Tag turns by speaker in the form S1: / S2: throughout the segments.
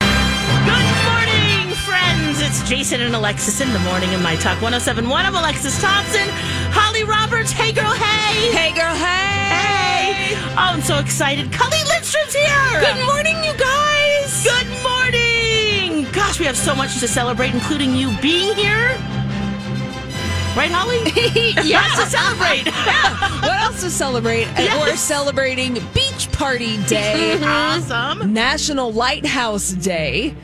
S1: Good morning, friends. It's Jason and Alexis in the morning in my talk 1071. I'm Alexis Thompson, Holly Roberts. Hey, girl, hey.
S2: Hey, girl, hey.
S1: Hey. Oh, I'm so excited. Colleen Lindstrom's here.
S2: Good morning, you guys.
S1: Good morning. Gosh, we have so much to celebrate, including you being here. Right, Holly? Lots to celebrate.
S2: Mm-hmm. What else to celebrate? And
S1: Yes.
S2: We're celebrating Beach Party Day,
S1: awesome.
S2: National Lighthouse Day,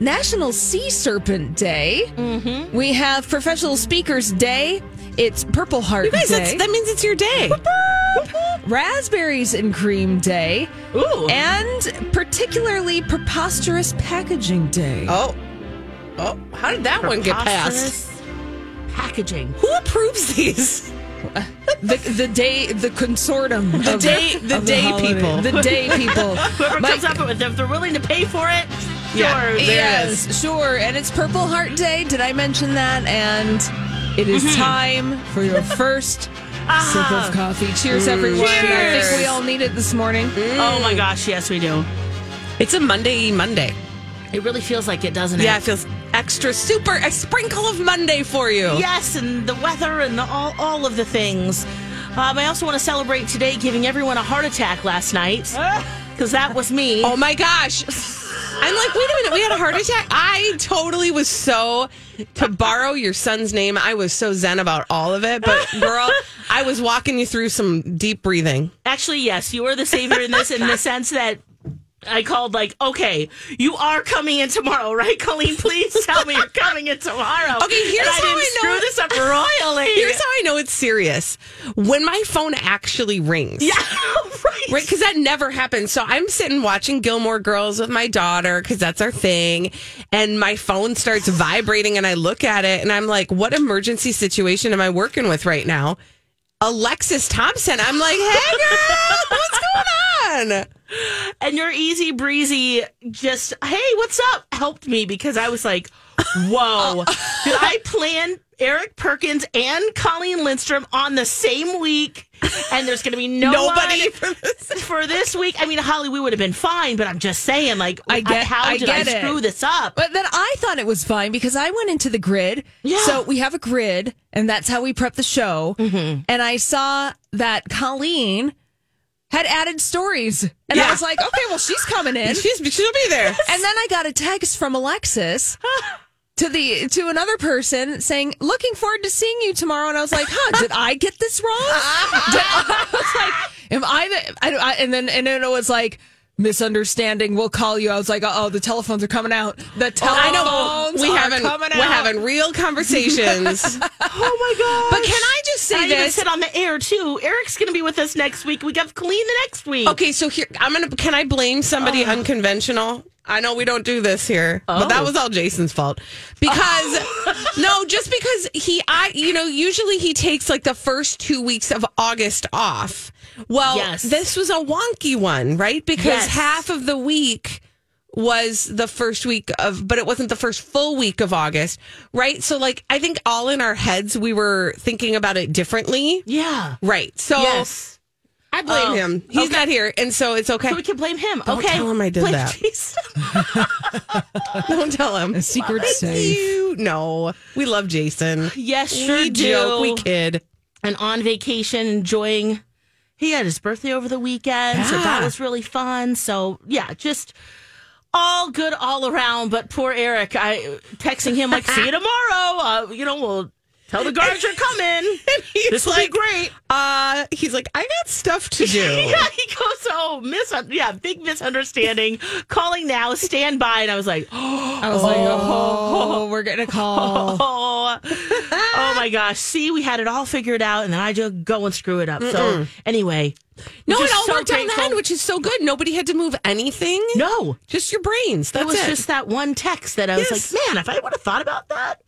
S2: National Sea Serpent Day. Mm-hmm. We have Professional Speakers Day. It's Purple Heart
S3: Guys, that's,
S2: Day.
S3: that means it's your day.
S2: Raspberries and Cream Day.
S1: Ooh.
S2: And particularly Preposterous Packaging Day.
S3: Oh, oh, how did that one get passed?
S1: Preposterous Packaging.
S3: Who approves these?
S2: The, the day, the consortium. The
S3: day- the day people.
S2: The day people.
S1: Whoever
S2: My-
S1: comes up with if they're willing to pay for it, sure.
S3: Yeah.
S1: there it is.
S2: yes, sure. And it's Purple Heart Day. Did I mention that? And it is
S3: Mm-hmm.
S2: time for your first sip of coffee. Cheers, everyone. I
S1: Cheers.
S2: think we all need it this morning.
S1: Oh my gosh, yes, we do.
S3: It's a Monday Monday.
S1: It really feels like it, doesn't it?
S3: Yeah, it feels extra super, a sprinkle of Monday for you.
S1: Yes, and the weather and the, all, all of the things. Um, I also want to celebrate today giving everyone a heart attack last night because that was me.
S3: Ah. Oh my gosh. I'm like, wait a minute, we had a heart attack. I totally was so, to borrow your son's name, I was so zen about all of it. But girl, I was walking you through some deep breathing.
S1: Actually, yes, you are the savior in this, in the sense that I called, like, okay, you are coming in tomorrow, right, Colleen? Please tell me you're coming in tomorrow.
S3: Okay, here's
S1: and I
S3: how
S1: didn't
S3: I know-
S1: screw this up royally.
S3: Here's how I know it's serious when my phone actually rings.
S1: yeah, right.
S3: Right, because that never happens. So I'm sitting watching Gilmore Girls with my daughter because that's our thing, and my phone starts vibrating, and I look at it, and I'm like, "What emergency situation am I working with right now?" Alexis Thompson. I'm like, "Hey, girl, what's going on?"
S1: and your easy breezy just hey what's up helped me because i was like whoa did i plan eric perkins and colleen lindstrom on the same week and there's gonna be no
S3: Nobody
S1: one
S3: for this.
S1: for this week i mean holly we would have been fine but i'm just saying like
S2: I get-
S1: how
S2: I
S1: did
S2: get
S1: i
S2: it.
S1: screw this up
S2: But then I thought it was fine because I went into the grid.
S1: Yeah.
S2: So we have a grid, and that's how we prep the show. And I saw that Colleen had added stories. And I
S3: Yeah.
S2: was like, okay, well, she's coming in.
S3: She's she'll be there.
S2: And then I got a text from Alexis to the to another person saying, "Looking forward to seeing you tomorrow." And I was like, "Huh? Did I get this wrong?" Did- I was like, "Am I the?" I, I, and then and then it was like. Misunderstanding. We'll call you. I was like, oh, the telephones are coming out. The
S3: I
S2: telephones
S3: know we
S2: are
S3: having
S2: coming out.
S3: we're having real conversations.
S1: oh my
S3: But can I just say
S1: and I even
S3: this?
S1: said on the air too eric's gonna be with us next week we got colleen the next week
S3: Okay, so here I'm gonna. Can I blame somebody
S1: Uh.
S3: unconventional? I know we don't do this here, but
S1: Oh.
S3: that was all Jason's fault because no, just because he, I, you know, usually he takes like the first two weeks of August off. Well,
S1: Yes.
S3: this was a wonky one, right? Because
S1: Yes.
S3: half of the week was the first week of, but it wasn't the first full week of August, right? So, like, I think all in our heads we were thinking about it differently,
S1: yeah
S3: right? So.
S1: yes Oh.
S3: I blame him. He's not here, and so it's Oh, okay.
S1: so we can blame him
S3: Don't
S1: okay
S3: tell him I did
S1: Blame
S3: that.
S1: Jason.
S3: Don't tell him.
S2: a secret safe.
S3: You no, we love Jason.
S1: Yes, sure
S3: we
S1: do.
S3: joke, we kid.
S1: and on vacation, enjoying. He had his birthday over the weekend, so that
S3: Yeah.
S1: was really fun. So yeah, just all good all around. But poor Eric, I texting him like, "See you tomorrow." Uh, you know, we'll tell the guards you're coming.
S3: He's
S1: This will
S3: like,
S1: be great.
S3: uh, he's like, I got stuff to do.
S1: yeah, he goes, "Oh, mis- yeah, big misunderstanding. Calling now, stand by." And I was like,
S2: I was like, oh, we're getting a call.
S1: oh, oh my gosh. See, we had it all figured out, and then I just go and screw it up. So, anyway.
S3: no,
S1: just
S3: it all
S1: so
S3: worked out in the
S1: grateful.
S3: end, which is so good. Nobody had to move anything.
S1: No,
S3: just your brains.
S1: it
S3: That
S1: was just that one text that I was
S3: Yes.
S1: like, man, if I would have thought about that,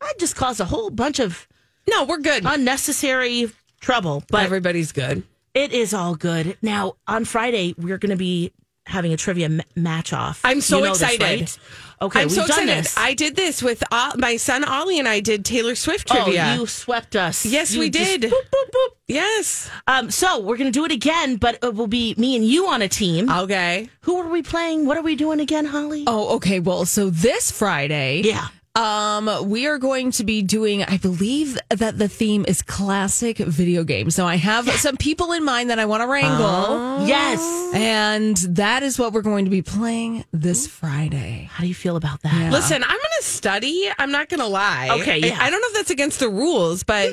S1: I'd just caused a whole bunch of
S3: no. We're good.
S1: unnecessary trouble, but
S3: Everybody's good.
S1: it is all good. Now, on Friday, we're going to be having a trivia m- match off.
S3: I'm so
S1: You know this,
S3: excited.
S1: right? Okay,
S3: I'm
S1: we've
S3: so
S1: done
S3: excited.
S1: this.
S3: I did this with uh, my son Ollie and I did Taylor Swift
S1: Oh,
S3: trivia.
S1: you swept us.
S3: Yes,
S1: You
S3: we
S1: just-
S3: did.
S1: boop, boop, boop.
S3: yes.
S1: Um, so we're going to do it again, but it will be me and you on a team.
S3: Uh, Okay.
S1: Who are we playing? What are we doing again, Holly?
S2: Oh, okay. Well, so this Friday,
S1: yeah.
S2: um, we are going to be doing. I believe that the theme is classic video games. Now, I have some people in mind that I want to wrangle,
S1: Yes.
S2: and that is what we're going to be playing this Friday.
S1: How do you feel about that?
S3: Listen, I'm going to study. I'm not going to lie.
S1: Okay,
S3: I-
S1: yeah. Hmm.
S3: I, don't know if that's against the rules, but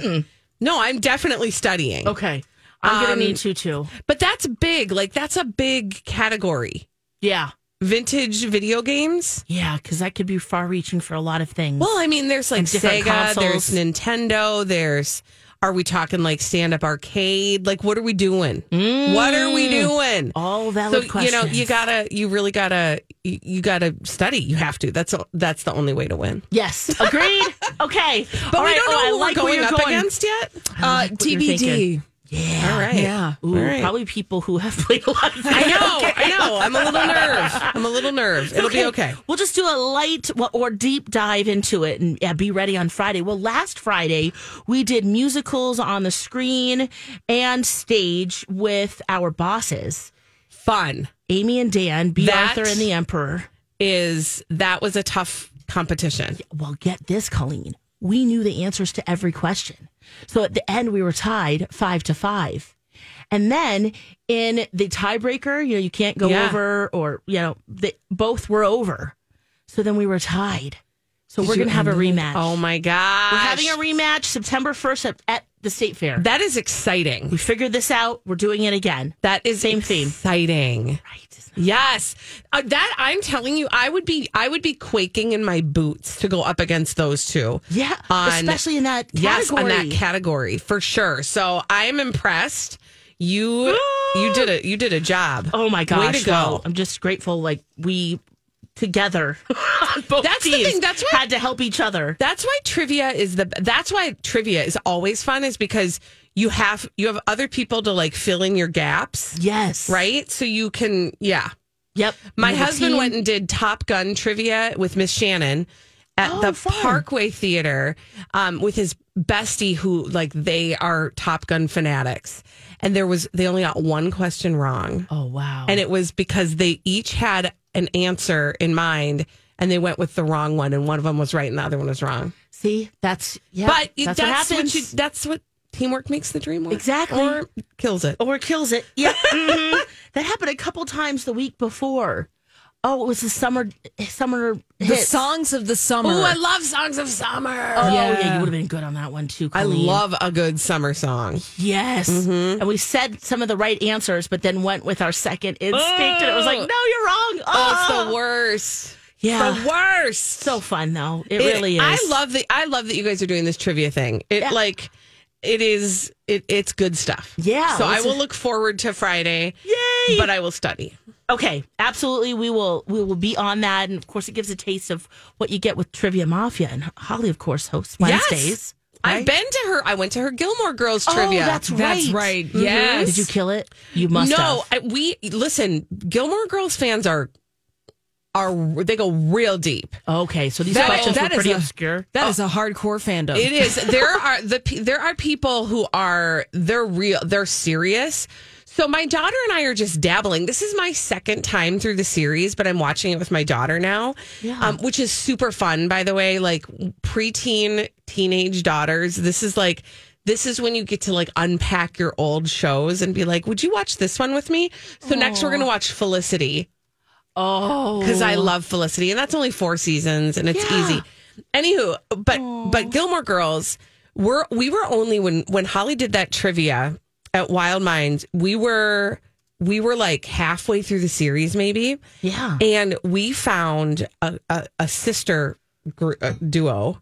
S3: no, I'm definitely studying.
S1: Okay. I'm
S3: Um,
S1: going to need you too.
S3: But that's big. Like, that's a big category.
S1: Yeah.
S3: Vintage video games.
S1: Yeah, because that could be far reaching for a lot of things.
S3: Well, I mean, there's like
S1: And different
S3: Sega,
S1: consoles.
S3: there's Nintendo, there's. Are we talking like stand up arcade? Like, what are we doing? What are we doing?
S1: Mm. all
S3: so
S1: valid
S3: you
S1: questions.
S3: know you gotta you really gotta you, you gotta study you have to that's all- that's the only way to win
S1: Yes. Agreed. okay.
S3: but
S1: All
S3: we
S1: right.
S3: don't know
S1: Oh, I
S3: who
S1: like
S3: we're
S1: where
S3: going
S1: you're
S3: up
S1: going.
S3: against yet
S2: Uh,
S1: what you're thinking.
S2: TBD.
S3: all right
S2: Yeah.
S1: Ooh,
S3: all right
S1: Probably people who have played a lot of
S3: i know i know i'm a little nerve i'm a little nerve it'll be okay
S1: We'll just do a light w- or deep dive into it and yeah, be ready on Friday. Well, last Friday, we did musicals on the screen and stage with our bosses,
S3: fun
S1: Amy and Dan, B.
S3: That-
S1: Arthur and the Emperor.
S3: is that was a tough competition
S1: Well, get this, Colleen. We knew the answers to every question. So at the end, we were tied five to five. And then in the tiebreaker, you know, you can't go
S3: Yeah.
S1: over or, you know, the, both were over. So then we were tied. So we're going to have a rematch.
S3: oh my god
S1: We're having a rematch September 1st at, at the state fair.
S3: that is exciting
S1: we figured this out. We're doing it again.
S3: that is
S1: Same theme.
S3: exciting
S1: Right.
S3: Yes, uh, that I'm telling you, I would be, I would be quaking in my boots to go up against those two.
S1: Yeah.
S3: On-
S1: especially in that category.
S3: Yes, on that category for sure. So I am impressed. You, you did a, you did a job.
S1: Oh my gosh!
S3: way to go!
S1: no. I'm just grateful. Like we together, both
S3: That's the
S1: teams
S3: thing, that's why-
S1: had to help each other.
S3: That's why trivia is the. That's why trivia is always fun, is because you have you have other people to like fill in your gaps,
S1: Yes,
S3: right? So you can, yeah.
S1: Yep.
S3: My
S1: Another
S3: husband
S1: team.
S3: went and did Top Gun trivia with Miss Shannon at
S1: Oh,
S3: the
S1: fun.
S3: Parkway Theater um, with his bestie, who like they are Top Gun fanatics, and there was they only got one question wrong,
S1: Oh wow!
S3: and it was because they each had an answer in mind. And they went with the wrong one, and one of them was right, and the other one was wrong.
S1: see, that's yeah.
S3: but
S1: that's,
S3: that's,
S1: what happens.
S3: what you, that's what teamwork makes the dream work.
S1: Exactly.
S3: or kills it.
S1: or kills it. Yeah, mhm. that happened a couple times the week before. Oh, it was the summer summer
S2: The
S1: hits.
S2: songs of the summer.
S3: Oh, I love songs of summer.
S1: Oh yeah,
S2: Yeah.
S1: you would have been good on that one too.
S3: I
S1: Colleen.
S3: love Mm-hmm. a good summer song.
S1: Yes. And we said some of the right answers, but then went with our second instinct, and it was like, no, you're wrong. Oh,
S3: Oh, it's the worst.
S1: Yeah.
S3: The worst.
S1: so fun though. It,
S3: It-
S1: really is.
S3: I love the I love that you guys are doing this trivia thing. It
S1: Yeah.
S3: like it is it it's good stuff.
S1: Yeah,
S3: So I
S1: it's-
S3: will look forward to Friday.
S1: Yay!
S3: But I will study.
S1: Okay, absolutely. We will we will be on that, and of course, it gives a taste of what you get with Trivia Mafia, and Holly, of course, hosts
S3: Yes.
S1: Wednesdays.
S3: I've been to her. I went to her Gilmore Girls
S1: Oh,
S3: trivia.
S1: that's right.
S2: That's right.
S1: Mhm.
S3: Yes.
S1: Did you kill it? You must.
S3: no,
S1: have.
S3: I, we listen. Gilmore Girls fans are are they go real deep.
S1: Okay, so these
S2: That-
S1: questions
S2: that
S1: were
S2: is
S1: pretty
S2: a-
S1: obscure.
S2: That is a hardcore
S1: Oh.
S2: fandom.
S3: It is. There are the pe- there are people who are they're real. They're serious. So my daughter and I are just dabbling. This is my second time through the series, but I'm watching it with my daughter now, um, which is super fun. By the way, like preteen teenage daughters, this is like. This is when you get to like unpack your old shows and be like, "Would you watch this one with me?" So next we're gonna watch Felicity
S1: Oh,
S3: because I love Felicity, and that's only four seasons, and it's easy. Anywho, but but Gilmore Girls, we're we were only when when Holly did that trivia at Wild Minds, we were we were like halfway through the series, maybe,
S1: yeah.
S3: and we found a a, a sister gr- uh, duo.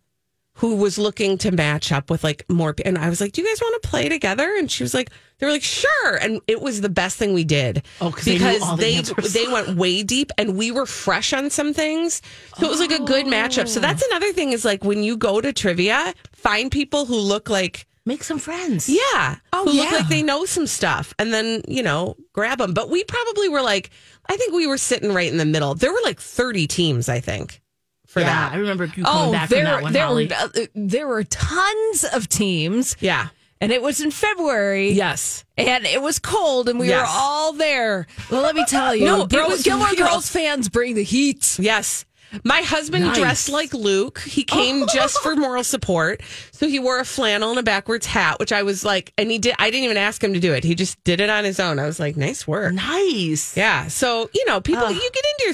S3: Who was looking to match up with like more? pe- And I was like, "Do you guys want to play together?" And she was like, "They were like, sure." And it was the best thing we did
S1: Oh, 'cause they knew
S3: because
S1: all the
S3: they
S1: answers.
S3: they went way deep and we were fresh on some things. So it was like a good matchup. So that's another thing is like when you go to trivia, find people who look like
S1: Make some friends.
S3: Yeah.
S2: Oh,
S3: who look
S2: yeah.
S3: like they know some stuff and then, you know, grab them. But we probably were like, I think we were sitting right in the middle. There were like 30 teams, I think, for
S1: Yeah, I
S3: that.
S1: remember you coming back from that one,
S2: Oh, there,
S1: Holly.
S2: uh, there were tons of teams,
S3: Yeah.
S2: and it was in February.
S3: Yes.
S2: and it was cold, and we were
S3: Yes.
S2: all there. Well, let me tell you,
S3: No, it
S2: Girls-
S3: was
S2: Gilmore
S3: real.
S2: Girls fans bring the heat.
S3: Yes. My husband
S1: Nice.
S3: dressed like Luke. He came just for moral support. So he wore a flannel and a backwards hat, which I was like, and he did, I didn't even ask him to do it. He just did it on his own. I was like, nice work.
S1: Nice.
S3: Yeah. So, you know, people, you get into your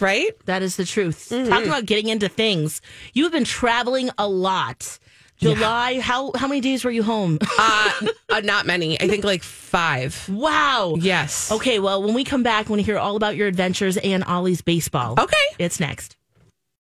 S3: right?
S1: That is the truth. Talk about getting into things. You have been traveling a lot. July, how how many days were you home?
S3: Uh, uh, not many. I think like five.
S1: wow.
S3: Yes.
S1: Okay, well, when we come back, I want to hear all about your adventures and Ollie's baseball.
S3: Okay.
S1: It's next.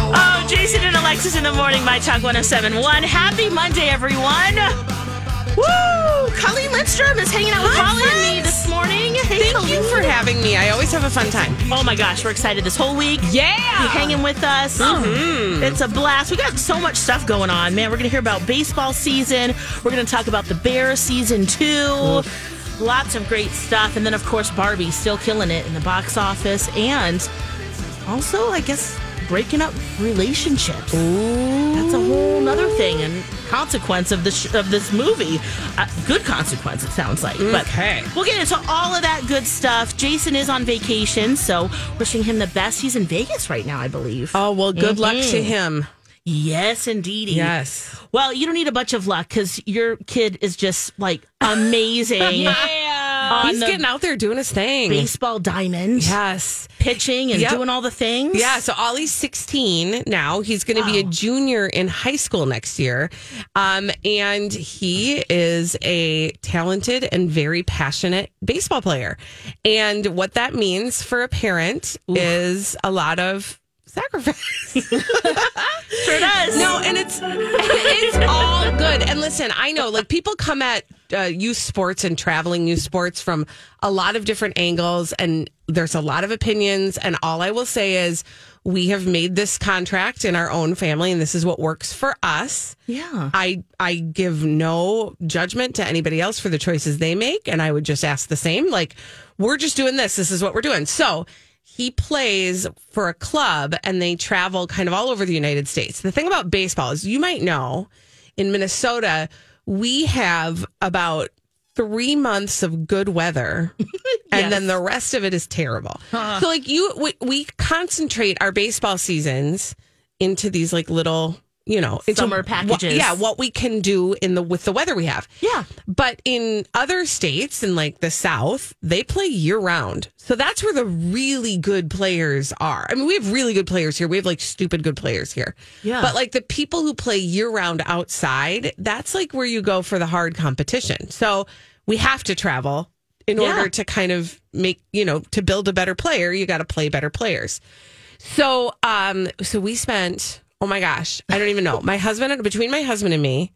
S1: Oh, Jason and Alexis in the morning, My Talk 1071. Happy Monday, everyone. Woo! Colleen Lindstrom is hanging out with Colin and me this morning. Hey,
S3: Thank you for
S1: Colleen.
S3: having me. I always have a fun time.
S1: Oh my gosh, we're excited this whole week. You're
S3: Yeah. Mm-hmm.
S1: hanging with us. It's a blast. We got so much stuff going on, man. We're going to hear about baseball season. We're going to talk about the Bears season two. Lots of great stuff. And then, of course, Barbie still killing it in the box office and also, I guess, breaking up relationships. That's a whole nother thing and consequence of this, of this movie. Uh, good consequence, it sounds like.
S3: Okay.
S1: But we'll get into all of that good stuff. Jason is on vacation, so wishing him the best. He's in Vegas right now, I believe.
S3: Oh, well, good luck
S1: Mm-hmm.
S3: to him.
S1: Yes, indeedy.
S3: Yes.
S1: Well, you don't need a bunch of luck because your kid is just like amazing
S2: Yeah.
S1: on
S3: He's
S1: the
S3: getting out there doing his thing.
S1: baseball diamond,
S3: Yes.
S1: pitching and
S3: Yep.
S1: doing all the things.
S3: Yeah, so Ollie's 16 now. He's going to be a junior in high school next year. Um, and he is a talented and very passionate baseball player. And what that means for a parent is a lot of sacrifice.
S1: sure does.
S3: No, and it's it's all good. And listen, I know like people come at uh, youth sports and traveling youth sports from a lot of different angles, and there's a lot of opinions. And all I will say is, we have made this contract in our own family, and this is what works for us.
S1: Yeah.
S3: I I give no judgment to anybody else for the choices they make, and I would just ask the same. Like, we're just doing this. This is what we're doing. So he plays for a club, and they travel kind of all over the United States. The thing about baseball is, you might know, in Minnesota, we have about three months of good weather and then the rest of it is terrible
S1: Uh-huh.
S3: so like you we, we concentrate our baseball seasons into these like little you know into
S1: Summer
S3: what-
S1: packages.
S3: yeah what we can do in the with the weather we have
S1: Yeah.
S3: but in other states in like the south they play year round so that's where the really good players are i mean we have really good players here we have like stupid good players here
S1: Yeah.
S3: but like the people who play year round outside that's like where you go for the hard competition so we have to travel in
S1: Yeah.
S3: order to kind of make you know to build a better player you got to play better players so um so we spent oh my gosh, I don't even know. My husband between my husband and me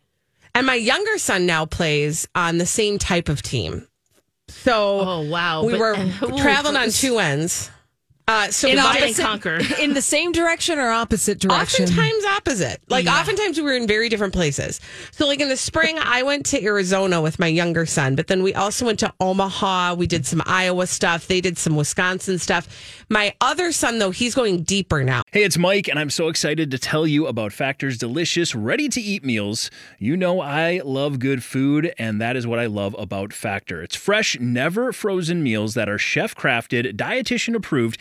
S3: and my younger son now plays on the same type of team. So
S1: Oh, wow.
S3: we
S1: But- uh,
S3: were
S1: Ooh.
S3: traveling on two ends. Uh so
S2: In
S1: Divide and
S2: opposite-
S1: conquer.
S2: in the same direction or opposite direction.
S3: Oftentimes opposite. Like oftentimes we were in very different places. So like in the spring, I went to Arizona with my younger son, but then we also went to Omaha. We did some Iowa stuff. They did some Wisconsin stuff. My other son though, he's going deeper now.
S4: Hey, it's Mike, and I'm so excited to tell you about Factor's delicious, ready to eat meals. You know, I love good food, and that is what I love about Factor. It's fresh, never frozen meals that are chef crafted, dietitian approved,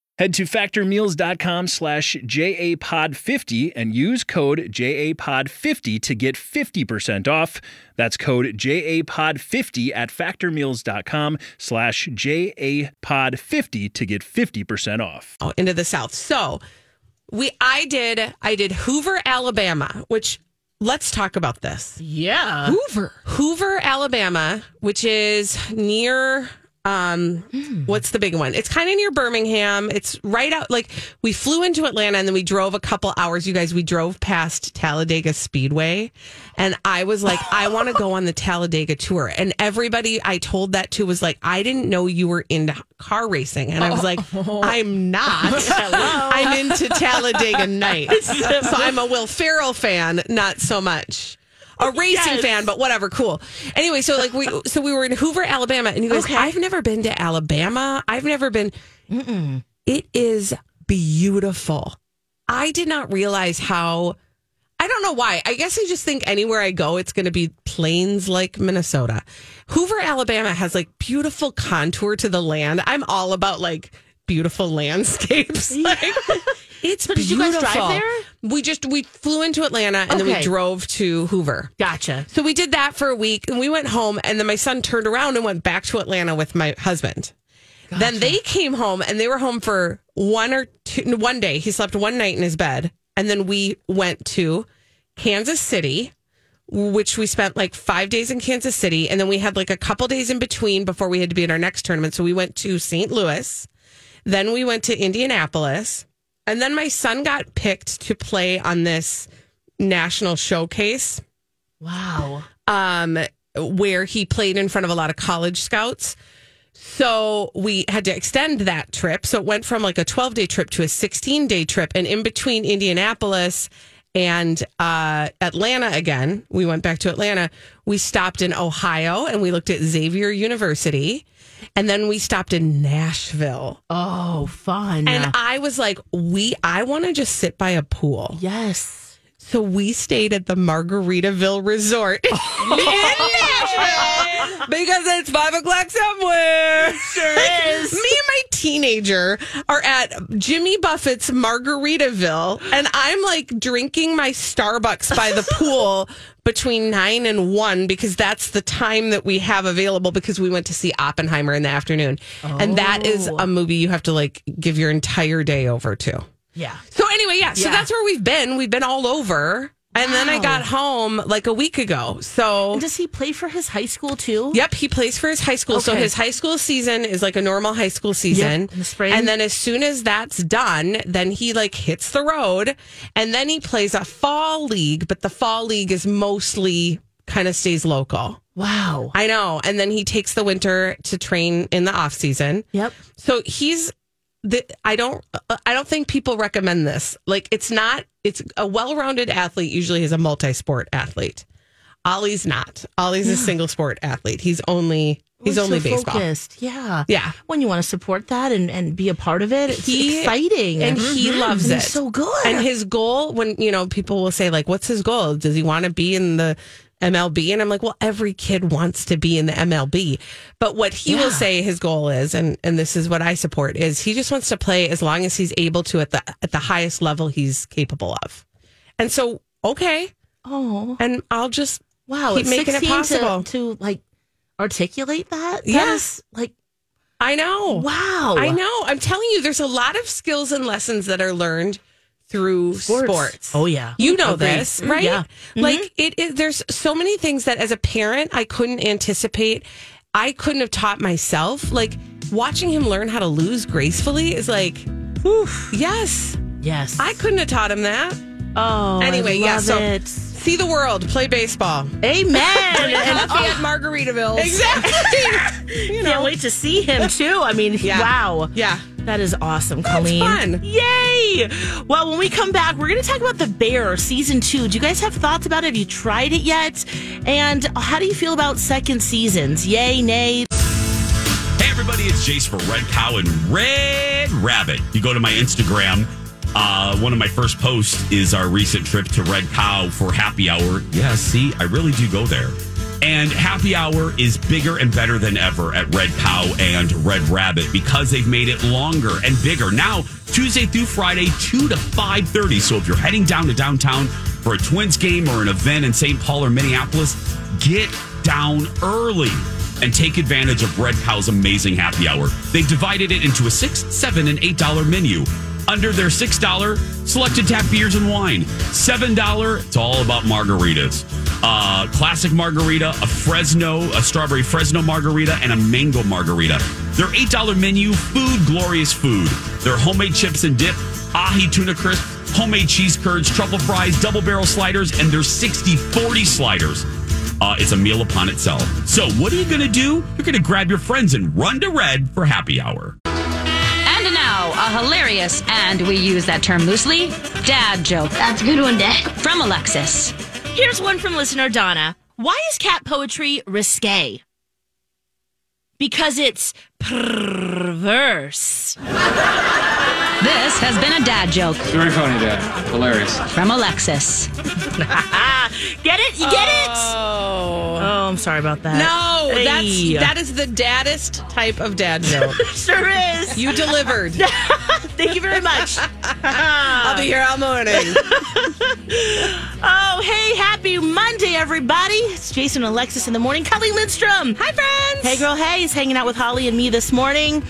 S4: Head to factormeals.com slash JAPOD50 and use code JAPOD50 to get 50% off. That's code JAPOD50 at factormeals.com slash JAPOD50 to get 50% off.
S3: out into the south. So we I did I did Hoover, Alabama, which let's talk about this.
S1: Yeah.
S2: Hoover.
S3: Hoover, Alabama, which is near um what's the big one? It's kind of near Birmingham. It's right out like we flew into Atlanta and then we drove a couple hours. You guys, we drove past Talladega Speedway and I was like, I want to go on the Talladega tour. And everybody I told that to was like, I didn't know you were into car racing. And I was like, I'm not. I'm into Talladega Nights. so I'm a Will Ferrell fan, not so much a racing fan, but whatever, cool. Anyway, so like we so we were in Hoover, Alabama, and you guys, I've never been to Alabama. I've never been. It is beautiful. I did not realize how. I don't know why. I guess I just think anywhere I go, it's going to be plains like Minnesota. Hoover, Alabama has like beautiful contour to the land. I'm all about like beautiful landscapes. Like, it's
S1: did you guys drive
S3: beautiful.
S1: there?
S3: We just we flew into Atlanta and then we
S1: Okay.
S3: drove to Hoover.
S1: Gotcha.
S3: So we did that for a week and we went home and then my son turned around and went back to Atlanta with my husband. Then they came home and they were home for one or two one day. He slept one night in his bed and then we went to Kansas City which we spent like 5 days in Kansas City and then we had like a couple days in between before we had to be in our next tournament. So we went to St. Louis. Then we went to Indianapolis. And then my son got picked to play on this national showcase
S1: Wow.
S3: um, where he played in front of a lot of college scouts. So we had to extend that trip. So it went from like a 12 day trip to a 16 day trip. And in between Indianapolis and uh, Atlanta again, we went back to Atlanta. We stopped in Ohio and we looked at Xavier University. And then we stopped in Nashville.
S1: Oh, fun.
S3: And I was like, we, I want to just sit by a pool.
S1: yes.
S3: So we stayed at the Margaritaville Resort in Nashville because it's five o'clock somewhere. Sure
S1: is.
S3: Me and my teenager are at Jimmy Buffett's Margaritaville, and I'm like drinking my Starbucks by the pool between nine and one because that's the time that we have available because we went to see Oppenheimer in the afternoon, and that is a movie you have to like give your entire day over to.
S1: Yeah.
S3: So anyway, yeah, So
S1: Yeah.
S3: that's where we've been. We've been all over. And then I
S1: Wow.
S3: got home like a week ago. So
S1: Does he play for his high school too?
S3: Yep, he plays for his high school. So
S1: Okay.
S3: his high school season is like a normal high school season.
S1: in the spring.
S3: And then as soon as that's done, then he like hits the road and then he plays a fall league, but the fall league is mostly kind of stays local.
S1: Wow.
S3: I know. And then he takes the winter to train in the off season.
S1: Yep.
S3: So he's the I don't uh, I don't think people recommend this. Like it's not it's a well-rounded athlete usually is a multi-sport athlete. Ollie's not. Ollie's a single sport athlete. He's only he's
S1: We're
S3: only
S1: so
S3: baseball.
S1: Focused. Yeah.
S3: Yeah.
S1: When you want to support that and, and be a part of it, it's
S3: He-
S1: exciting.
S3: And he loves
S1: And
S3: it.
S1: Mm-hmm. he's so good.
S3: And his goal when you know people will say like what's his goal? Does he want to be in the MLB? And I'm like, well, every kid wants to be in the MLB. But what he will say his goal is and and this is what I support is he just wants to play as long as he's able to at the at the highest level he's capable of. And so, okay,
S1: oh,
S3: and I'll just
S1: wow.
S3: keep
S1: It's
S3: making it
S1: 16 to-
S3: possible.
S1: To, like articulate that.
S3: Yeah.
S1: Yes. Like,
S3: I know.
S1: wow.
S3: I know. I'm telling you there's a lot of skills and lessons that are learned through sports.
S1: Oh, yeah.
S3: You know
S1: Agreed. Mm-hmm.
S3: this, right?
S1: Yeah.
S3: Like it is there's so many things that as a parent I couldn't anticipate. I couldn't have taught myself. Like watching him learn how to lose gracefully is like Yes.
S1: Yes.
S3: I couldn't have taught him that.
S1: Oh, I
S3: Anyway, yeah,
S1: love
S3: so-
S1: it.
S3: See the world, play baseball. Oh.
S1: Amen. and
S2: Coffee at Margaritaville.
S3: Exactly.
S1: can't wait to see him too. I mean,
S3: Yeah.
S1: wow.
S3: yeah.
S1: That is awesome, Colleen.
S3: fun.
S1: Yay! Well, when we come back, we're going to talk about The Bear season two. Do you guys have thoughts about it? Have you tried it yet? And how do you feel about second seasons? Yay, nay?
S5: Hey, everybody, it's Jace for Red Cow and Red Rabbit. You go to my Instagram. Uh, one of my first posts is our recent trip to Red Cow for happy hour. Yeah, see, I really do go there. And happy hour is bigger and better than ever at Red Cow and Red Rabbit because they've made it longer and bigger. Now, Tuesday through Friday, 2 to 5.30. So if you're heading down to downtown for a Twins game or an event in St. Paul or Minneapolis, get down early and take advantage of Red Cow's amazing happy hour. They've divided it into a six, seven, and eight dollar menu. Under their six dollar, selected tap beers and wine. Seven dollar, it's all about margaritas. Uh, classic margarita, a Fresno, a strawberry Fresno margarita, and a mango margarita. Their eight dollar menu, food, glorious food. Their homemade chips and dip, ahi tuna crisp, homemade cheese curds, truffle fries, double barrel sliders, and their 60-40 sliders. Uh, it's a meal upon itself. So, what are you going to do? You're going to grab your friends and run to Red for happy hour.
S6: And now, a hilarious, and we use that term loosely, dad joke
S7: That's a good one, Dad.
S6: from Alexis.
S1: Here's one from listener Donna. Why is cat poetry risque? Because it's perverse.
S6: This has been a dad joke
S8: Very funny, Dad. Hilarious.
S6: from Alexis.
S1: Get it? You get it?
S3: Oh.
S1: Oh, I'm sorry about that.
S3: No,
S1: Hey.
S3: that's that is the daddest type of dad joke.
S1: Sure is.
S3: you delivered.
S1: Thank you very much.
S3: I'll be here all morning.
S1: Oh, hey, happy Monday, everybody. It's Jason and Alexis in the morning. Colleen Lindstrom. Hi, friends. Hey, girl, hey, is hanging out with Holly and me this morning.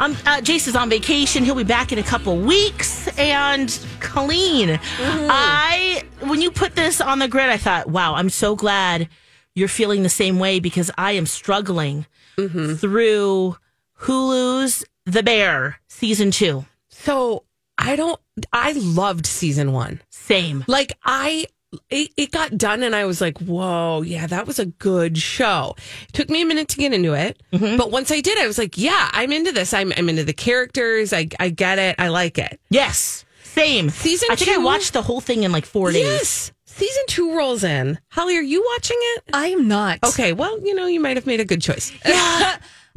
S1: Um, uh, Jason's on vacation. He'll be back in a couple weeks. And Colleen,
S3: Mm-hmm.
S1: I, when you put this on the grid, I thought, wow, I'm so glad you're feeling the same way because I am struggling
S3: Mm-hmm.
S1: through Hulu's The Bear season two.
S3: so I don't. I loved season one.
S1: Same.
S3: Like I, it, it got done, and I was like, "Whoa, yeah, that was a good show." took me a minute to get into it, but once I did, I was like, "Yeah, I'm into this. I'm I'm into the characters. I I get it. I like it."
S1: Yes. Same.
S3: Season
S1: I think I
S3: two-
S1: watched the whole thing in like four days.
S3: Yes, season two rolls in. Holly, are you watching it?
S2: I am not.
S3: Okay, well, you know, you might have made a good choice.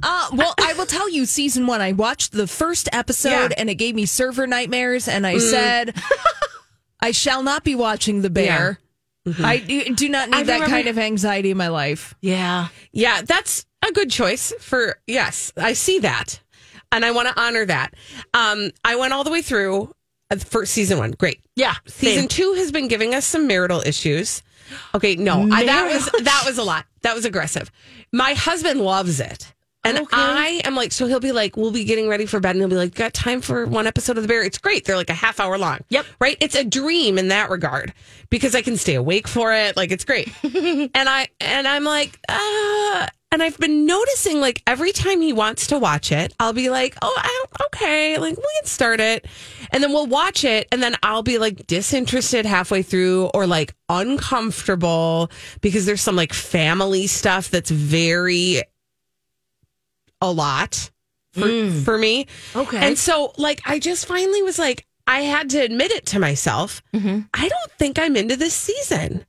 S2: Uh, well, I will tell you, season one, I watched the first episode
S3: Yeah. Mm.
S2: and it gave me server nightmares, and I said, I shall not be watching The Bear. Mm-hmm. I do, do not need
S3: I
S2: that
S3: remember-
S2: kind of anxiety in my life.
S1: Yeah.
S3: Yeah, that's a good choice for yes, I see that. And I want to honor that. Um, I went all the way through uh, for season one. Great.
S1: Yeah.
S3: Season
S1: same.
S3: two has been giving us some marital issues. Okay, no, I, that was that was a lot. That was aggressive. My husband loves it. And I am like, so he'll be like, we'll be getting ready for bed, and he'll be like, got time for one episode of The Bear? It's great. They're like a half hour long.
S1: Yep.
S3: Right? It's a dream in that regard because I can stay awake for it. Like it's great. and I and I'm like, uh, and I've been noticing like every time he wants to watch it, I'll be like, oh, I don't, okay, like we can start it, and then we'll watch it, and then I'll be like disinterested halfway through or like uncomfortable because there's some like family stuff that's very a lot for, for me.
S1: Okay.
S3: And so, like, I just finally was like, I had to admit it to myself. I don't think I'm into this season.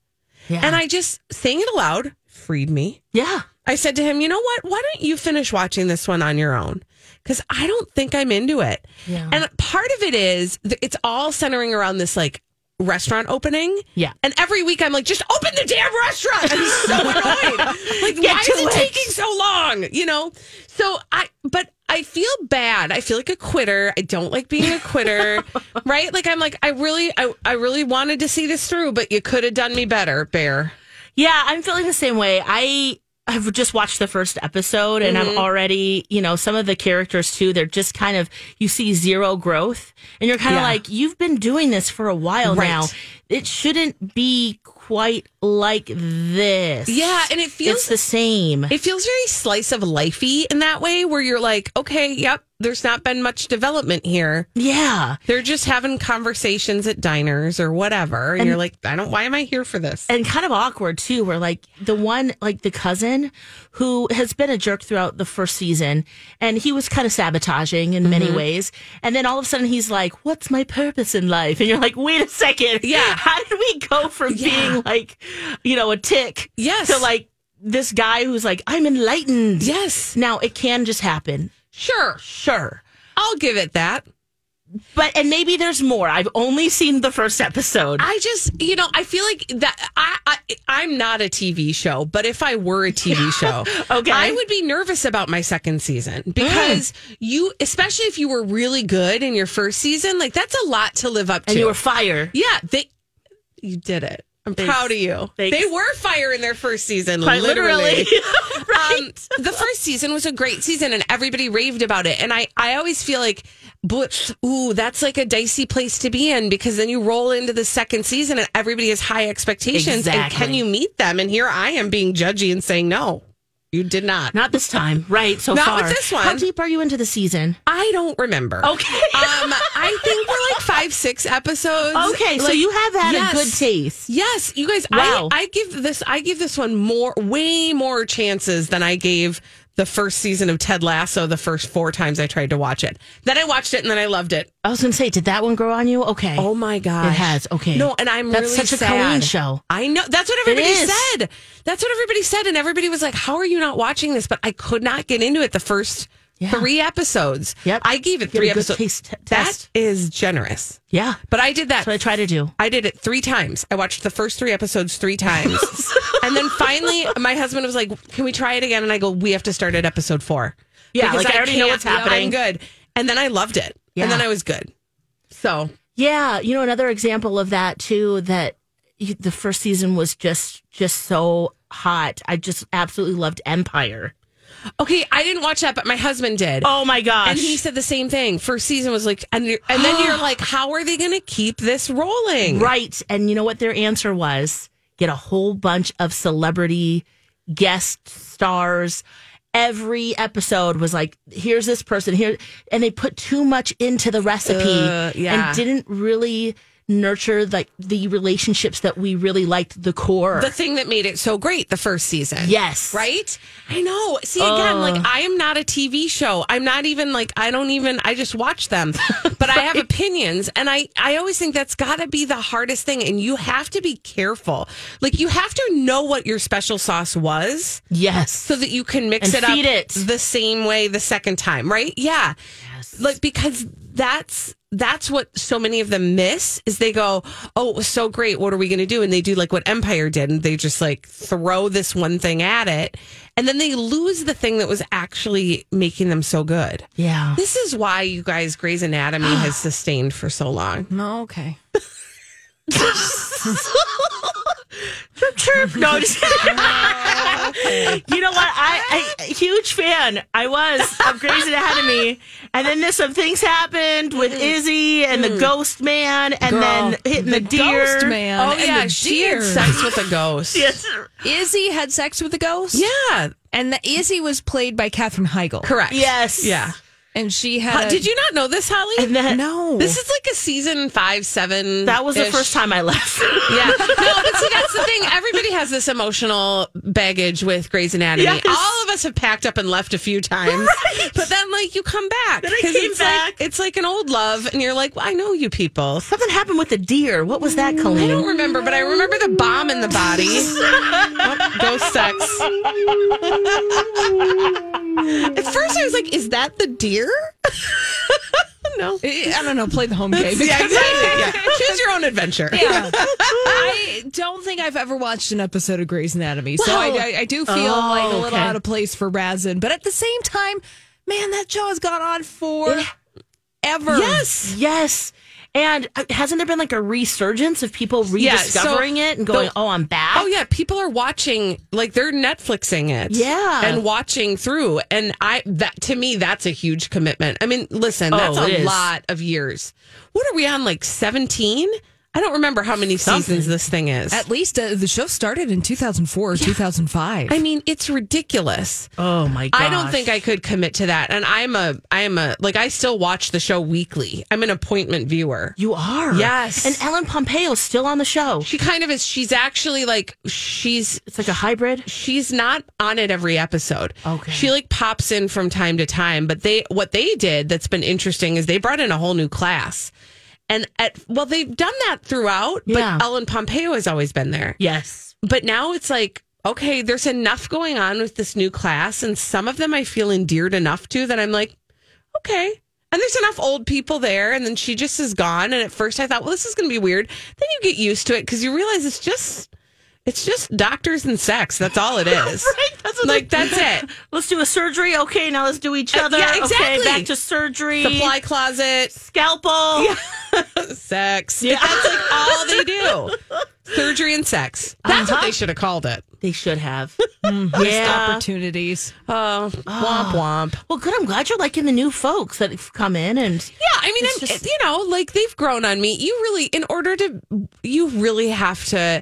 S1: Mm-hmm. Yeah.
S3: And I just, saying it aloud freed me.
S1: yeah.
S3: I said to him, you know what? Why don't you finish watching this one on your own? Because I don't think I'm into it.
S1: Yeah.
S3: And part of it is th- it's all centering around this like restaurant opening.
S1: Yeah.
S3: And every week I'm like, just open the damn restaurant. I'm so annoyed. like,
S1: Get
S3: why
S1: to
S3: is it,
S1: it.
S3: taking so long? You know? So I, but I feel bad. I feel like a quitter. I don't like being a quitter, right? Like I'm like, I really, I, I really wanted to see this through, but you could have done me better, Bear.
S1: Yeah, I'm feeling the same way. I have just watched the first episode and
S3: Mm-hmm.
S1: I'm already, you know, some of the characters too, they're just kind of, you see zero growth and you're kind of like, you've been doing this for a while
S3: Right.
S1: now. it shouldn't be quite like this.
S3: Yeah, and it feels-
S1: it's the same.
S3: It feels very slice of lifey in that way, where you're like, okay, yep, there's not been much development here.
S1: yeah.
S3: They're just having conversations at diners or whatever, and, you're like, I don't. Why am I here for this?
S1: and kind of awkward too where like the one like the cousin who has been a jerk throughout the first season and he was kind of sabotaging in
S3: Mm-hmm.
S1: many ways and then all of a sudden he's like what's my purpose in life and you're like wait a second
S3: Yeah.
S1: how did we go from being like you know a tick
S3: Yes.
S1: to like this guy who's like i'm enlightened
S3: yes,
S1: now it can just happen
S3: sure,
S1: sure
S3: I'll give it that.
S1: but and maybe there's more i've only seen the first episode
S3: I just, you know, I feel like that. I, I I'm not a TV show, but if I were a TV show,
S1: Okay.
S3: I would be nervous about my second season because
S1: Mm.
S3: you, especially if you were really good in your first season, like that's a lot to live up to.
S1: and you were fire
S3: yeah, they, you did it. I'm proud of you.
S1: Thanks.
S3: They were fire in their first season,
S1: Quite
S3: literally.
S1: literally.
S3: Um, the first season was a great season, and everybody raved about it. And I, I always feel like, but, ooh, that's like a dicey place to be in because then you roll into the second season and everybody has high expectations. And can
S1: Exactly.
S3: you meet them? And here I am being judgy and saying, no, you did not.
S1: Not this time, right? So
S3: Not
S1: far.
S3: with this
S1: How
S3: one.
S1: deep are you into the season?
S3: I don't remember.
S1: Okay.
S3: Um, I think we're like five, six episodes.
S1: Okay, so
S3: Like,
S1: you have had
S3: yes.
S1: a good taste.
S3: Yes, you guys.
S1: Wow.
S3: I, I give this. I give this one more, way more chances than I gave the first season of Ted Lasso. The first four times I tried to watch it, then I watched it and then I loved it.
S1: I was gonna say, did that one grow on you? Okay.
S3: Oh my god,
S1: It has, okay.
S3: No, and I'm
S1: That's
S3: really
S1: such a
S3: sad.
S1: Colleen show.
S3: I know. That's what everybody
S1: is.
S3: said. That's what everybody said, and everybody was like, "How are you not watching this?" But I could not get into it the first
S1: Yeah.
S3: three episodes.
S1: Yep.
S3: I gave it
S1: Give it a
S3: three
S1: good
S3: episodes.
S1: taste t-
S3: that
S1: test.
S3: is generous.
S1: yeah.
S3: But I did that.
S1: That's what I try to do.
S3: I did it three times. I watched the first three episodes three times. and then finally, my husband was like, Can we try it again? And I go, We have to start at episode four.
S1: Yeah, like, I already know
S3: can't-
S1: what's happening.
S3: I'm good. And then I loved it.
S1: Yeah.
S3: And then I was good. So,
S1: Yeah, you know another example of that too. That you, the first season was just just so hot. I just absolutely loved Empire.
S3: okay, I didn't watch that, but my husband did.
S1: Oh my gosh!
S3: And he said the same thing. First season was like, and, you're, and then you're like, how are they going to keep this rolling?
S1: right, and you know what their answer was? Get a whole bunch of celebrity guest stars. Every episode was like, here's this person here, and they put too much into the recipe
S3: Uh, yeah.
S1: and didn't really nurture like the relationships that we really liked the core.
S3: The thing that made it so great the first season.
S1: yes,
S3: Right? I know. See, again, like, I am not a TV show. I'm not even, like, I don't even, I just watch them, but I have opinions. And I, I always think that's got to be the hardest thing. And you have to be careful. Like, you have to know what your special sauce was
S1: Yes,
S3: so that you can mix
S1: And
S3: it up
S1: feed it.
S3: the same way the second time, right? Yeah. Like because that's that's what so many of them miss is they go, "Oh, it was so great. What are we going to do?" and they do like what Empire did and they just like throw this one thing at it and then they lose the thing that was actually making them so good.
S1: yeah.
S3: This is why you guys Grey's Anatomy has sustained for so long.
S2: No, okay.
S1: Chirp. No, I'm just you know what? I, I huge fan. I was of Grey's Anatomy, and then this some things happened with Izzy and the Ghost Man, and then hitting the, deer.
S2: Ghost man.
S3: Oh
S2: and
S3: yeah,
S2: the
S3: she had
S2: deer.
S3: sex with a ghost.
S1: Yes.
S2: Izzy had sex with a ghost.
S3: Yeah,
S2: and the Izzy was played by Katherine Heigl.
S3: correct.
S1: Yes.
S3: Yeah.
S2: and she
S3: Ho-
S2: had. a-
S3: Did you not know this, Holly?
S1: And then
S2: No.
S3: This is like a season five, seven.
S1: that was the first time I left.
S3: Yeah. No, but see, that's the thing. Everybody has this emotional baggage with Grey's Anatomy.
S1: Yes.
S3: All of us have packed up and left a few times. But then, like, you come back.
S1: Then I
S3: 'Cause
S1: came
S3: it's
S1: back.
S3: Like, it's like an old love, and you're like, well, I know you people.
S1: Something happened with the deer. What was that, Colleen?
S3: I don't remember, but I remember the bomb in the body. oh, ghost sex. At first, I was like, is that the deer? no.
S2: Eh, I don't know. Play the home game.
S3: Yeah, exactly. Yeah. Choose your own adventure.
S2: Yeah. I don't think I've ever watched an episode of Grey's Anatomy, so I,
S1: Well-
S2: I, I do feel
S1: Oh,
S2: like a little
S1: okay.
S2: out of place for Razin. But at the same time, man, that show has gone on for ever.
S3: Yes.
S1: Yes. And uh, hasn't there been like a resurgence of people
S3: Yeah, so
S1: rediscovering it and going,
S3: the-
S1: "Oh, I'm back."
S3: Oh yeah, people are watching like they're Netflixing it.
S1: Yeah.
S3: And watching through. And I that to me that's a huge commitment. I mean, listen, that's
S1: Oh, it
S3: a
S1: is.
S3: lot of years. What are we on like 17? I don't remember how many seasons this thing is.
S2: At least uh, the show started in 2004 or 2005.
S3: I mean, it's ridiculous.
S1: Oh my god.
S3: I don't think I could commit to that. And I'm a, I'm a, like, I still watch the show weekly. I'm an appointment viewer.
S1: You are.
S3: Yes.
S1: And Ellen Pompeo's still on the show.
S3: She kind of is, she's actually like, she's,
S1: It's like a hybrid.
S3: she's not on it every episode.
S1: Okay.
S3: She like pops in from time to time, but they, what they did that's been interesting is they brought in a whole new class. And at, well, they've done that throughout,
S1: Yeah.
S3: but Ellen Pompeo has always been there.
S1: Yes.
S3: but now it's like okay there's enough going on with this new class and some of them i feel endeared enough to that i'm like okay and there's enough old people there and then she just is gone and at first i thought well this is going to be weird then you get used to it because you realize it's just it's just doctors and sex that's all it is
S1: Right, that's what
S3: like
S1: they-
S3: that's it
S1: Let's do a surgery. Okay, now let's do each other.
S3: Uh, yeah,
S1: Okay,
S3: exactly.
S1: back to surgery.
S3: supply closet
S1: Scalpel.
S3: sex
S1: Yeah.
S3: that's like all they do surgery and sex that's
S1: Uh-huh.
S3: what they should have called it
S1: They should have.
S2: Missed
S1: yeah. Ah.
S2: opportunities.
S3: oh womp womp
S1: Well, good. I'm glad you're liking the new folks that have come in and
S3: Yeah, I mean,
S1: It's
S3: I'm,
S1: just-
S3: you know, like they've grown on me. You really, in order to, you really have to,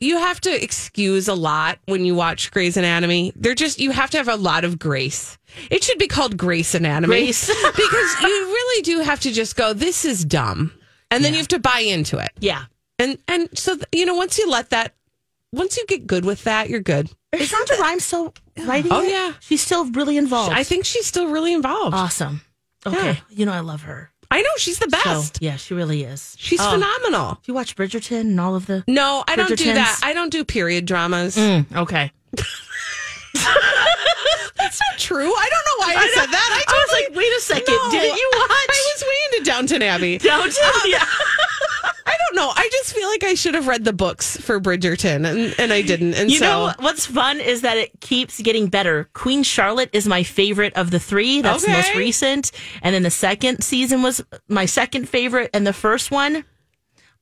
S3: you have to excuse a lot when you watch Grey's Anatomy. They're just, you have to have a lot of grace. It should be called Grace Anatomy
S1: Grace.
S3: because you really do have to just go, this is dumb. And then you have to buy into it.
S1: yeah.
S3: And, and so, th- you know, once you let that, once you get good with that, you're good.
S1: Is Sandra Rhimes still writing?
S3: Oh,
S1: it?
S3: yeah.
S1: she's still really involved.
S3: I think she's still really involved.
S1: awesome. Okay,
S3: Yeah.
S1: you know I love her.
S3: I know she's the
S1: Uh, So,
S3: best.
S1: yeah, she really is.
S3: She's
S1: Oh.
S3: phenomenal.
S1: Do you watch Bridgerton and all of the?
S3: No, I don't do
S1: Bridgerton's-
S3: that. I don't do period dramas.
S1: Mm, okay.
S3: true. I don't know why I, said that. I,
S1: was like, wait a second.
S3: totally-
S1: Didn't you watch?
S3: I was way into Downton Abbey.
S1: Downton. Yeah.
S3: I don't know. I just feel like I should have read the books for Bridgerton, and, and I didn't. And
S1: You
S3: so,
S1: know what's fun is that it keeps getting better. Queen Charlotte is my favorite of the three. That's the most
S3: Okay.
S1: recent. And then the second season was my second favorite. And the first one,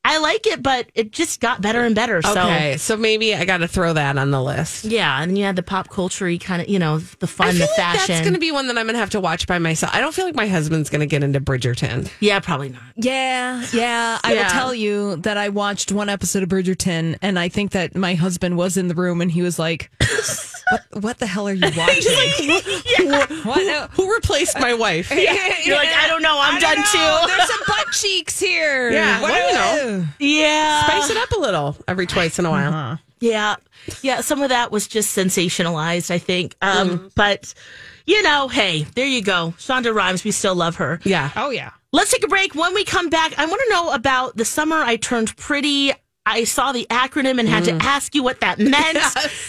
S1: I like it, but it just got better and better.
S3: okay, so maybe I got to throw that on the list.
S1: So yeah, and then you had the pop culture kind of, you know, the fun,
S3: I feel
S1: the
S3: like
S1: fashion.
S3: that's going to be one that I'm going to have to watch by myself. I don't feel like my husband's going to get into Bridgerton.
S1: yeah, probably not.
S2: Yeah, yeah. I will tell you that I watched one episode of Bridgerton, and I think that my husband was in the room, and he was like, "What, what the hell are you watching? What?
S3: Who replaced my wife?
S1: You're like, I don't know. I'm done too.
S2: There's some butt cheeks here.
S3: Yeah,
S2: What Uh,
S3: well,
S2: are-
S3: you
S1: Yeah.
S3: Spice it up a little every twice in a while.
S1: Yeah. Yeah. Some of that was just sensationalized, I think. Um, But, you know, hey, there you go. Shonda Rhimes, we still love her.
S3: Yeah.
S2: Oh yeah.
S1: Let's take a break. When we come back, I want to know about the summer I turned pretty. I saw the acronym and had to ask you what that meant.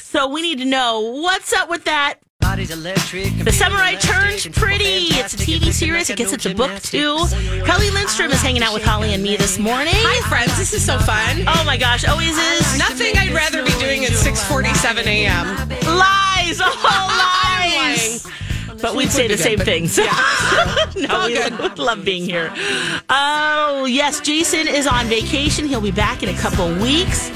S1: So we need to know what's up with that. The summer I turned pretty. It's a TV series. I guess it's a book too. Kelly Lindstrom is hanging out with Holly and me this morning.
S3: Hi, friends. This is so fun.
S1: Oh my gosh, always is.
S3: Nothing I'd rather be doing at 6:47 a.m.
S1: Lies, all
S3: I'm
S1: lies. But we'd say the same things. no, we
S3: good.
S1: would love being here. Oh yes, Jason is on vacation. He'll be back in a couple weeks.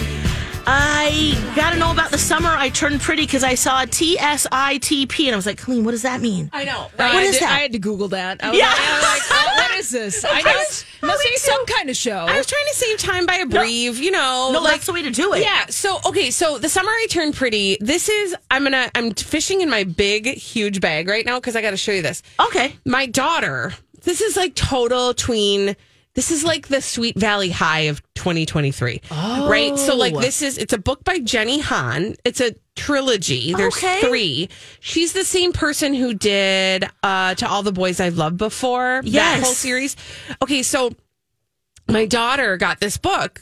S1: I gotta know about the summer. I turned pretty because I saw T S I T P, and I was like, "Colleen, what does that mean?"
S3: I know.
S1: What
S2: I
S1: is
S2: did-
S1: that?
S2: I had to Google that. I was
S1: Yeah.
S2: like, I was like, oh, what is this? I know it's must be some kind of show.
S3: I was trying to save time by a brief, you know.
S1: No,
S3: like,
S1: that's the way to do it.
S3: yeah. So okay, so the summer I turned pretty. This is I'm gonna I'm fishing in my big huge bag right now because I got to show you this.
S2: Oh,
S1: Okay.
S3: My daughter. This is like total tween. This is like the Sweet Valley High of 2023. Right? So like this is it's a book by Jenny Hahn. It's a trilogy. There's
S1: Okay.
S3: three. She's the same person who did uh To All the Boys I've Loved Before. That
S1: Yes.
S3: whole series. Okay, so my daughter got this book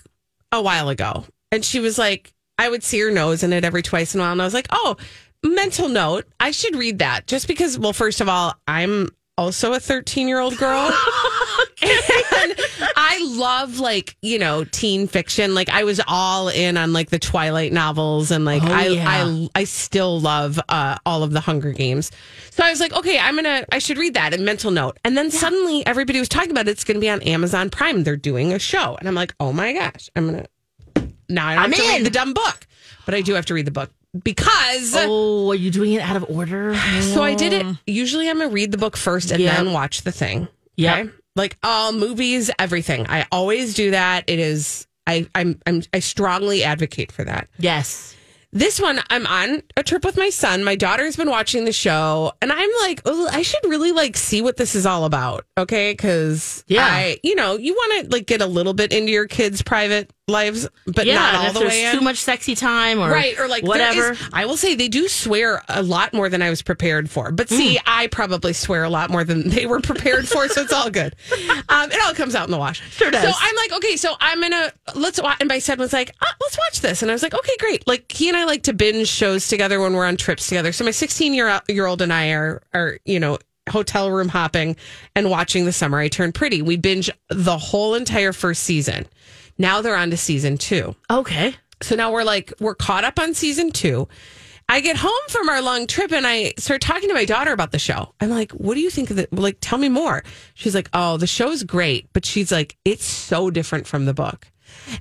S3: a while ago and she was like i would see her nose in it every twice in a while and i was like oh mental note i should read that just because well first of all i'm also a 13 year old girl and i love like you know teen fiction like i was all in on like the twilight novels and like I,
S1: Oh, yeah.
S3: I i still love uh, all of the hunger games so i was like okay i'm gonna i should read that and mental note and then suddenly everybody was talking about it. it's gonna be on amazon prime they're doing a show and i'm like oh my gosh i'm gonna now I don't
S1: I'm
S3: have to
S1: in.
S3: read the dumb book, but I do have to read the book because.
S1: Oh, are you doing it out of order?
S3: So I did it. Usually I'm gonna read the book first and
S1: Mm. Yep.
S3: then watch the thing.
S1: Yep.
S3: Like all movies, everything. I always do that. It is I I'm, I'm I strongly advocate for that.
S1: Yes.
S3: This one I'm on a trip with my son. My daughter's been watching the show and I'm like, "Oh, I should really like see what this is all about." Okay? Cuz
S1: Yeah.
S3: I, you know, you want to like get a little bit into your kids' private lives, but
S1: yeah,
S3: not
S1: and
S3: all
S1: if
S3: the
S1: there's
S3: way in
S1: too much sexy time or
S3: right or like there
S1: whatever.
S3: is- i will say they do swear a lot more than i was prepared for but
S1: Hmm.
S3: see i probably swear a lot more than they were prepared for so it's all good um, it all comes out in the wash
S1: Sure does.
S3: so i'm like okay so i'm gonna let's watch and my son was like "Ah, let's watch this and i was like okay great like he and i like to binge shows together when we're on trips together so my 16 year year old and i are are you know hotel room hopping and watching the summer i turned pretty we binge the whole entire first season now they're on to season two
S1: Okay.
S3: so now we're like, we're caught up on season two. I get home from our long trip and I start talking to my daughter about the show. I'm like, what do you think of the, like, tell me more. She's like, oh, the show's great, but she's like, it's so different from the book.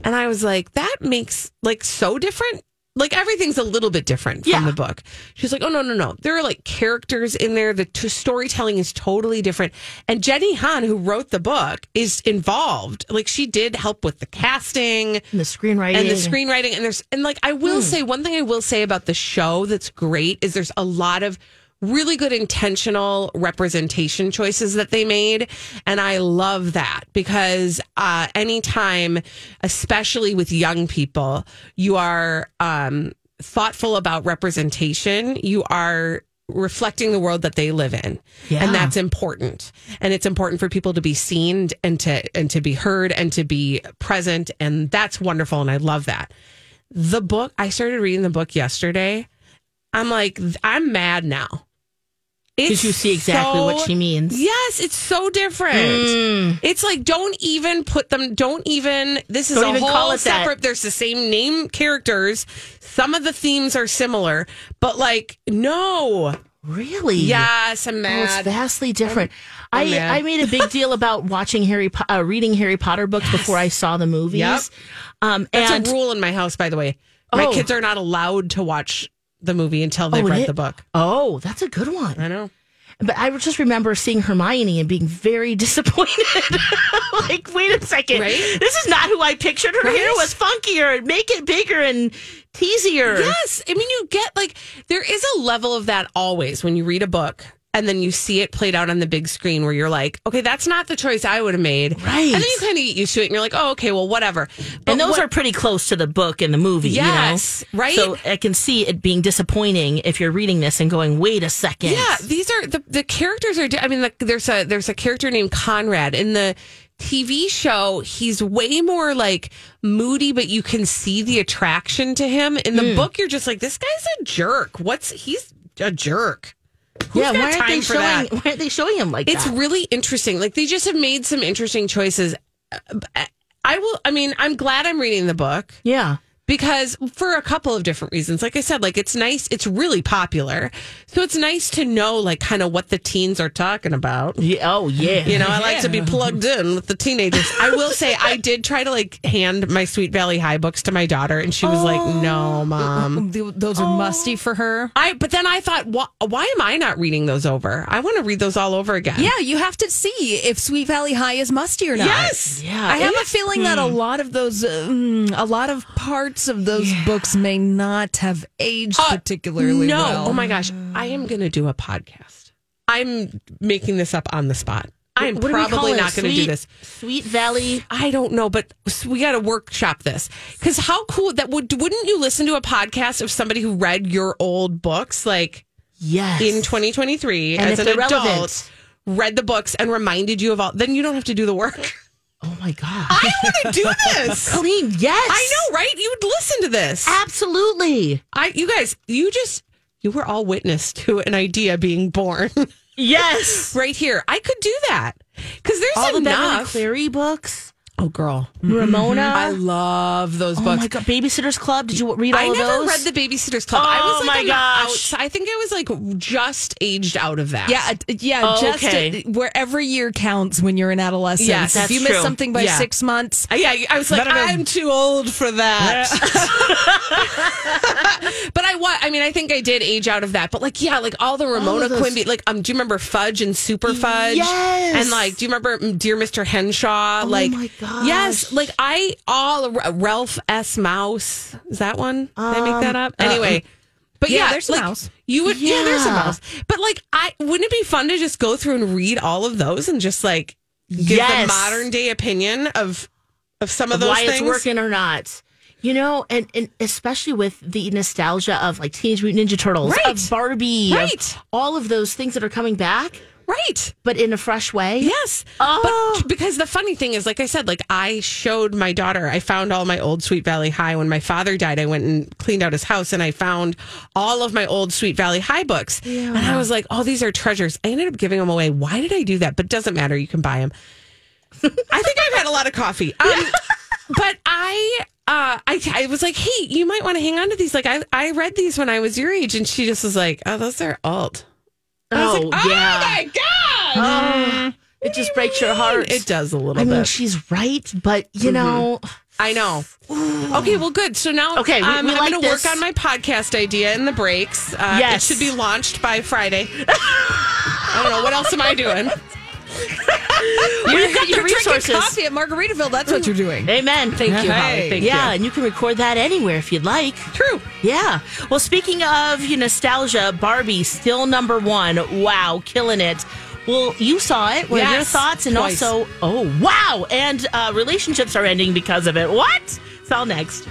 S3: And I was like, that makes like so different. Like everything's a little bit different from
S1: Yeah.
S3: the book. She's like, oh, no, no, no. There are like characters in there. The t- storytelling is totally different. And Jenny Han, who wrote the book, is involved. Like she did help with the casting
S1: And the screenwriting.
S3: and the screenwriting and there's and like I will say one thing I will say about the show that's great is there's a lot of really good intentional representation choices that they made and I love that because uh anytime especially with young people you are um thoughtful about representation you are reflecting the world that they live in and that's important and it's important for people to be seen and to and to be heard and to be present and that's wonderful and i love that the book i started reading the book yesterday i'm like i'm mad now
S1: Did
S3: It's
S1: you see exactly what
S3: so-
S1: she means?
S3: yes it's so different
S1: Mm.
S3: it's like don't even put them don't even this is
S1: Don't
S3: a
S1: even
S3: whole
S1: call it that.
S3: separate there's the same name characters some of the themes are similar but like no
S1: Really?
S3: yes i'm
S1: Oh, it's
S3: mad
S1: vastly different. I,
S3: mad.
S1: I made a big deal about watching Harry po- uh, reading Harry Potter books before I saw the movies.
S3: Yep.
S1: Um,
S3: That's
S1: and
S3: a rule in my house, by the way. My
S1: Oh.
S3: kids are not allowed to watch the movie until
S1: Oh,
S3: they've
S1: it
S3: read
S1: is?
S3: the book.
S1: oh, that's a good one.
S3: I know.
S1: But I just remember seeing Hermione and being very disappointed. like, wait a second,
S3: Right?
S1: this is not who I pictured. Her hair
S3: Right?
S1: was funkier. Make it bigger and teasier.
S3: Yes. I mean, you get like, there is a level of that always when you read a book and then you see it played out on the big screen where you're like, okay, that's not the choice I would have made.
S1: Right.
S3: And then you kind of get used to it and you're like, oh, okay, well, whatever. But
S1: and those
S3: what-
S1: are pretty close to the book and the movie. you know?
S3: Yes, right?
S1: So I can see it being disappointing if you're reading this and going, "Wait a second.
S3: Yeah, these are the the characters are. di- I mean, like there's a there's a character named Conrad in the TV show. He's way more like moody, but you can see the attraction to him. In the
S1: Hmm.
S3: book, you're just like, this guy's a jerk. What's he's a jerk. Who's
S1: yeah.
S3: got
S1: Why aren't
S3: time
S1: they
S3: for
S1: showing?
S3: that?
S1: Why aren't they showing him like
S3: It's
S1: that?
S3: really interesting. Like they just have made some interesting choices. I will. I mean, I'm glad I'm reading the book
S1: yeah.
S3: because for a couple of different reasons like i said like it's nice it's really popular so it's nice to know like kind of what the teens are talking about
S1: Yeah. Oh yeah.
S3: you know i like to be plugged in with the teenagers i will say i did try to like hand my sweet valley high books to my daughter and she was like no mom
S2: Th- Those are musty for her.
S3: i but then i thought why, why am i not reading those over i want to read those all over again
S2: Yeah, you have to see if Sweet Valley High is musty or not.
S3: Yes.
S1: Yeah,
S2: I have
S1: it hmm.
S2: a feeling that a lot of those, um, a lot of parts of those books may not have aged
S3: Uh,
S2: particularly
S3: no
S2: well.
S3: oh my gosh i am gonna do a podcast i'm making this up on the spot i'm
S1: What do we call
S3: probably
S1: it?
S3: not gonna do
S1: Sweet-
S3: this
S1: Sweet Valley.
S3: I don't know, but we got to workshop this because how cool that would wouldn't you listen to a podcast of somebody who read your old books like
S1: Yes.
S3: in 2023
S1: And
S3: as
S1: if
S3: an
S1: they're
S3: adult,
S1: relevant.
S3: read the books and reminded you of all? Then you don't have to do the work.
S1: Oh my god.
S3: I want to do this.
S1: Colleen. Yes.
S3: I know, right? You would listen to this.
S1: Absolutely.
S3: I, you guys, you just you were all witness to an idea being born
S1: Yes.
S3: right here. I could do that because there's
S1: All the Beverly
S3: enough.
S1: Cleary books.
S3: Oh, girl.
S1: Ramona.
S3: I love those
S1: oh
S3: books.
S1: my god, Babysitters Club. Did you read all
S3: I
S1: of
S3: never
S1: those?
S3: read the Babysitter's Club. I
S1: Oh
S3: was like
S1: my
S3: on the
S1: gosh.
S3: outs- I think I was like just aged out of that.
S2: Yeah, uh, yeah.
S1: Oh,
S2: just
S1: okay.
S2: uh, where every year counts when you're in adolescence.
S3: Yes,
S2: if
S3: that's
S2: you miss
S1: true.
S2: something by
S3: Yeah.
S2: six months,
S3: Uh, yeah. I was like,
S1: Better than-
S3: I'm too old for that. but I was. I mean, I think I did age out of that. But like, yeah, like all the Ramona Quimby. Like, um, do you remember Fudge and Super Fudge?
S1: Yes. Oh
S3: And like, do you remember mm, Dear Mr. Henshaw? like,
S1: my gosh.
S3: yes. Like I all Ralph S. Mouse is that one? Did I make
S1: Um,
S3: that up? Anyway.
S1: uh-uh.
S3: but
S2: yeah,
S3: yeah,
S2: there's a
S3: like,
S2: mouse.
S3: You would, yeah. there's a
S1: Yeah.
S3: mouse. But like, I wouldn't it be fun to just go through and read all of those and just like give
S1: Yes.
S3: the modern day opinion of of some of those
S1: why
S3: things?
S1: it's working or not. You know, and, and especially with the nostalgia of like Teenage Mutant Ninja Turtles,
S3: Right.
S1: of Barbie, of
S3: Right.
S1: all of those things that are coming back,
S3: Right.
S1: but in a fresh way.
S3: Yes.
S1: Oh.
S3: But because the funny thing is, like I said, like I showed my daughter, I found all my old Sweet Valley High. When my father died, I went and cleaned out his house and I found all of my old Sweet Valley High books. And I was like, oh, these are treasures. I ended up giving them away. Why did I do that? But it doesn't matter. You can buy them. I think I've had a lot of coffee. Um, but I, uh, I, I was like, hey, you might want to hang on to these. Like, I, I read these when I was your age. And she just was like, oh, those are old. I was
S1: Oh,
S3: like, oh
S1: yeah.
S3: my God.
S1: It just breaks your heart.
S3: It does Mm-hmm. a little
S1: I mean,
S3: bit.
S1: she's right, but you know,
S3: I know. Okay, well, good. So now
S1: Okay, we-
S3: um,
S1: we
S3: I'm
S1: like
S3: going to work
S1: this.
S3: on my podcast idea in the breaks. Uh,
S1: Yes.
S3: It should be launched by Friday. I don't know. What else am I doing?
S1: we've got the
S2: you're
S1: resources.
S2: drinking coffee at Margaritaville. That's what you're doing.
S1: Amen. Thank
S3: you, Holly. Thank
S1: yeah, and you can record that anywhere if you'd like.
S3: True.
S1: Yeah. Well, speaking of you know, nostalgia, Barbie still number one. Wow, killing it. Well, you saw it. What are your
S3: Yes,
S1: thoughts? And
S3: twice.
S1: also, oh wow, and uh, relationships are ending because of it. What? It's all next.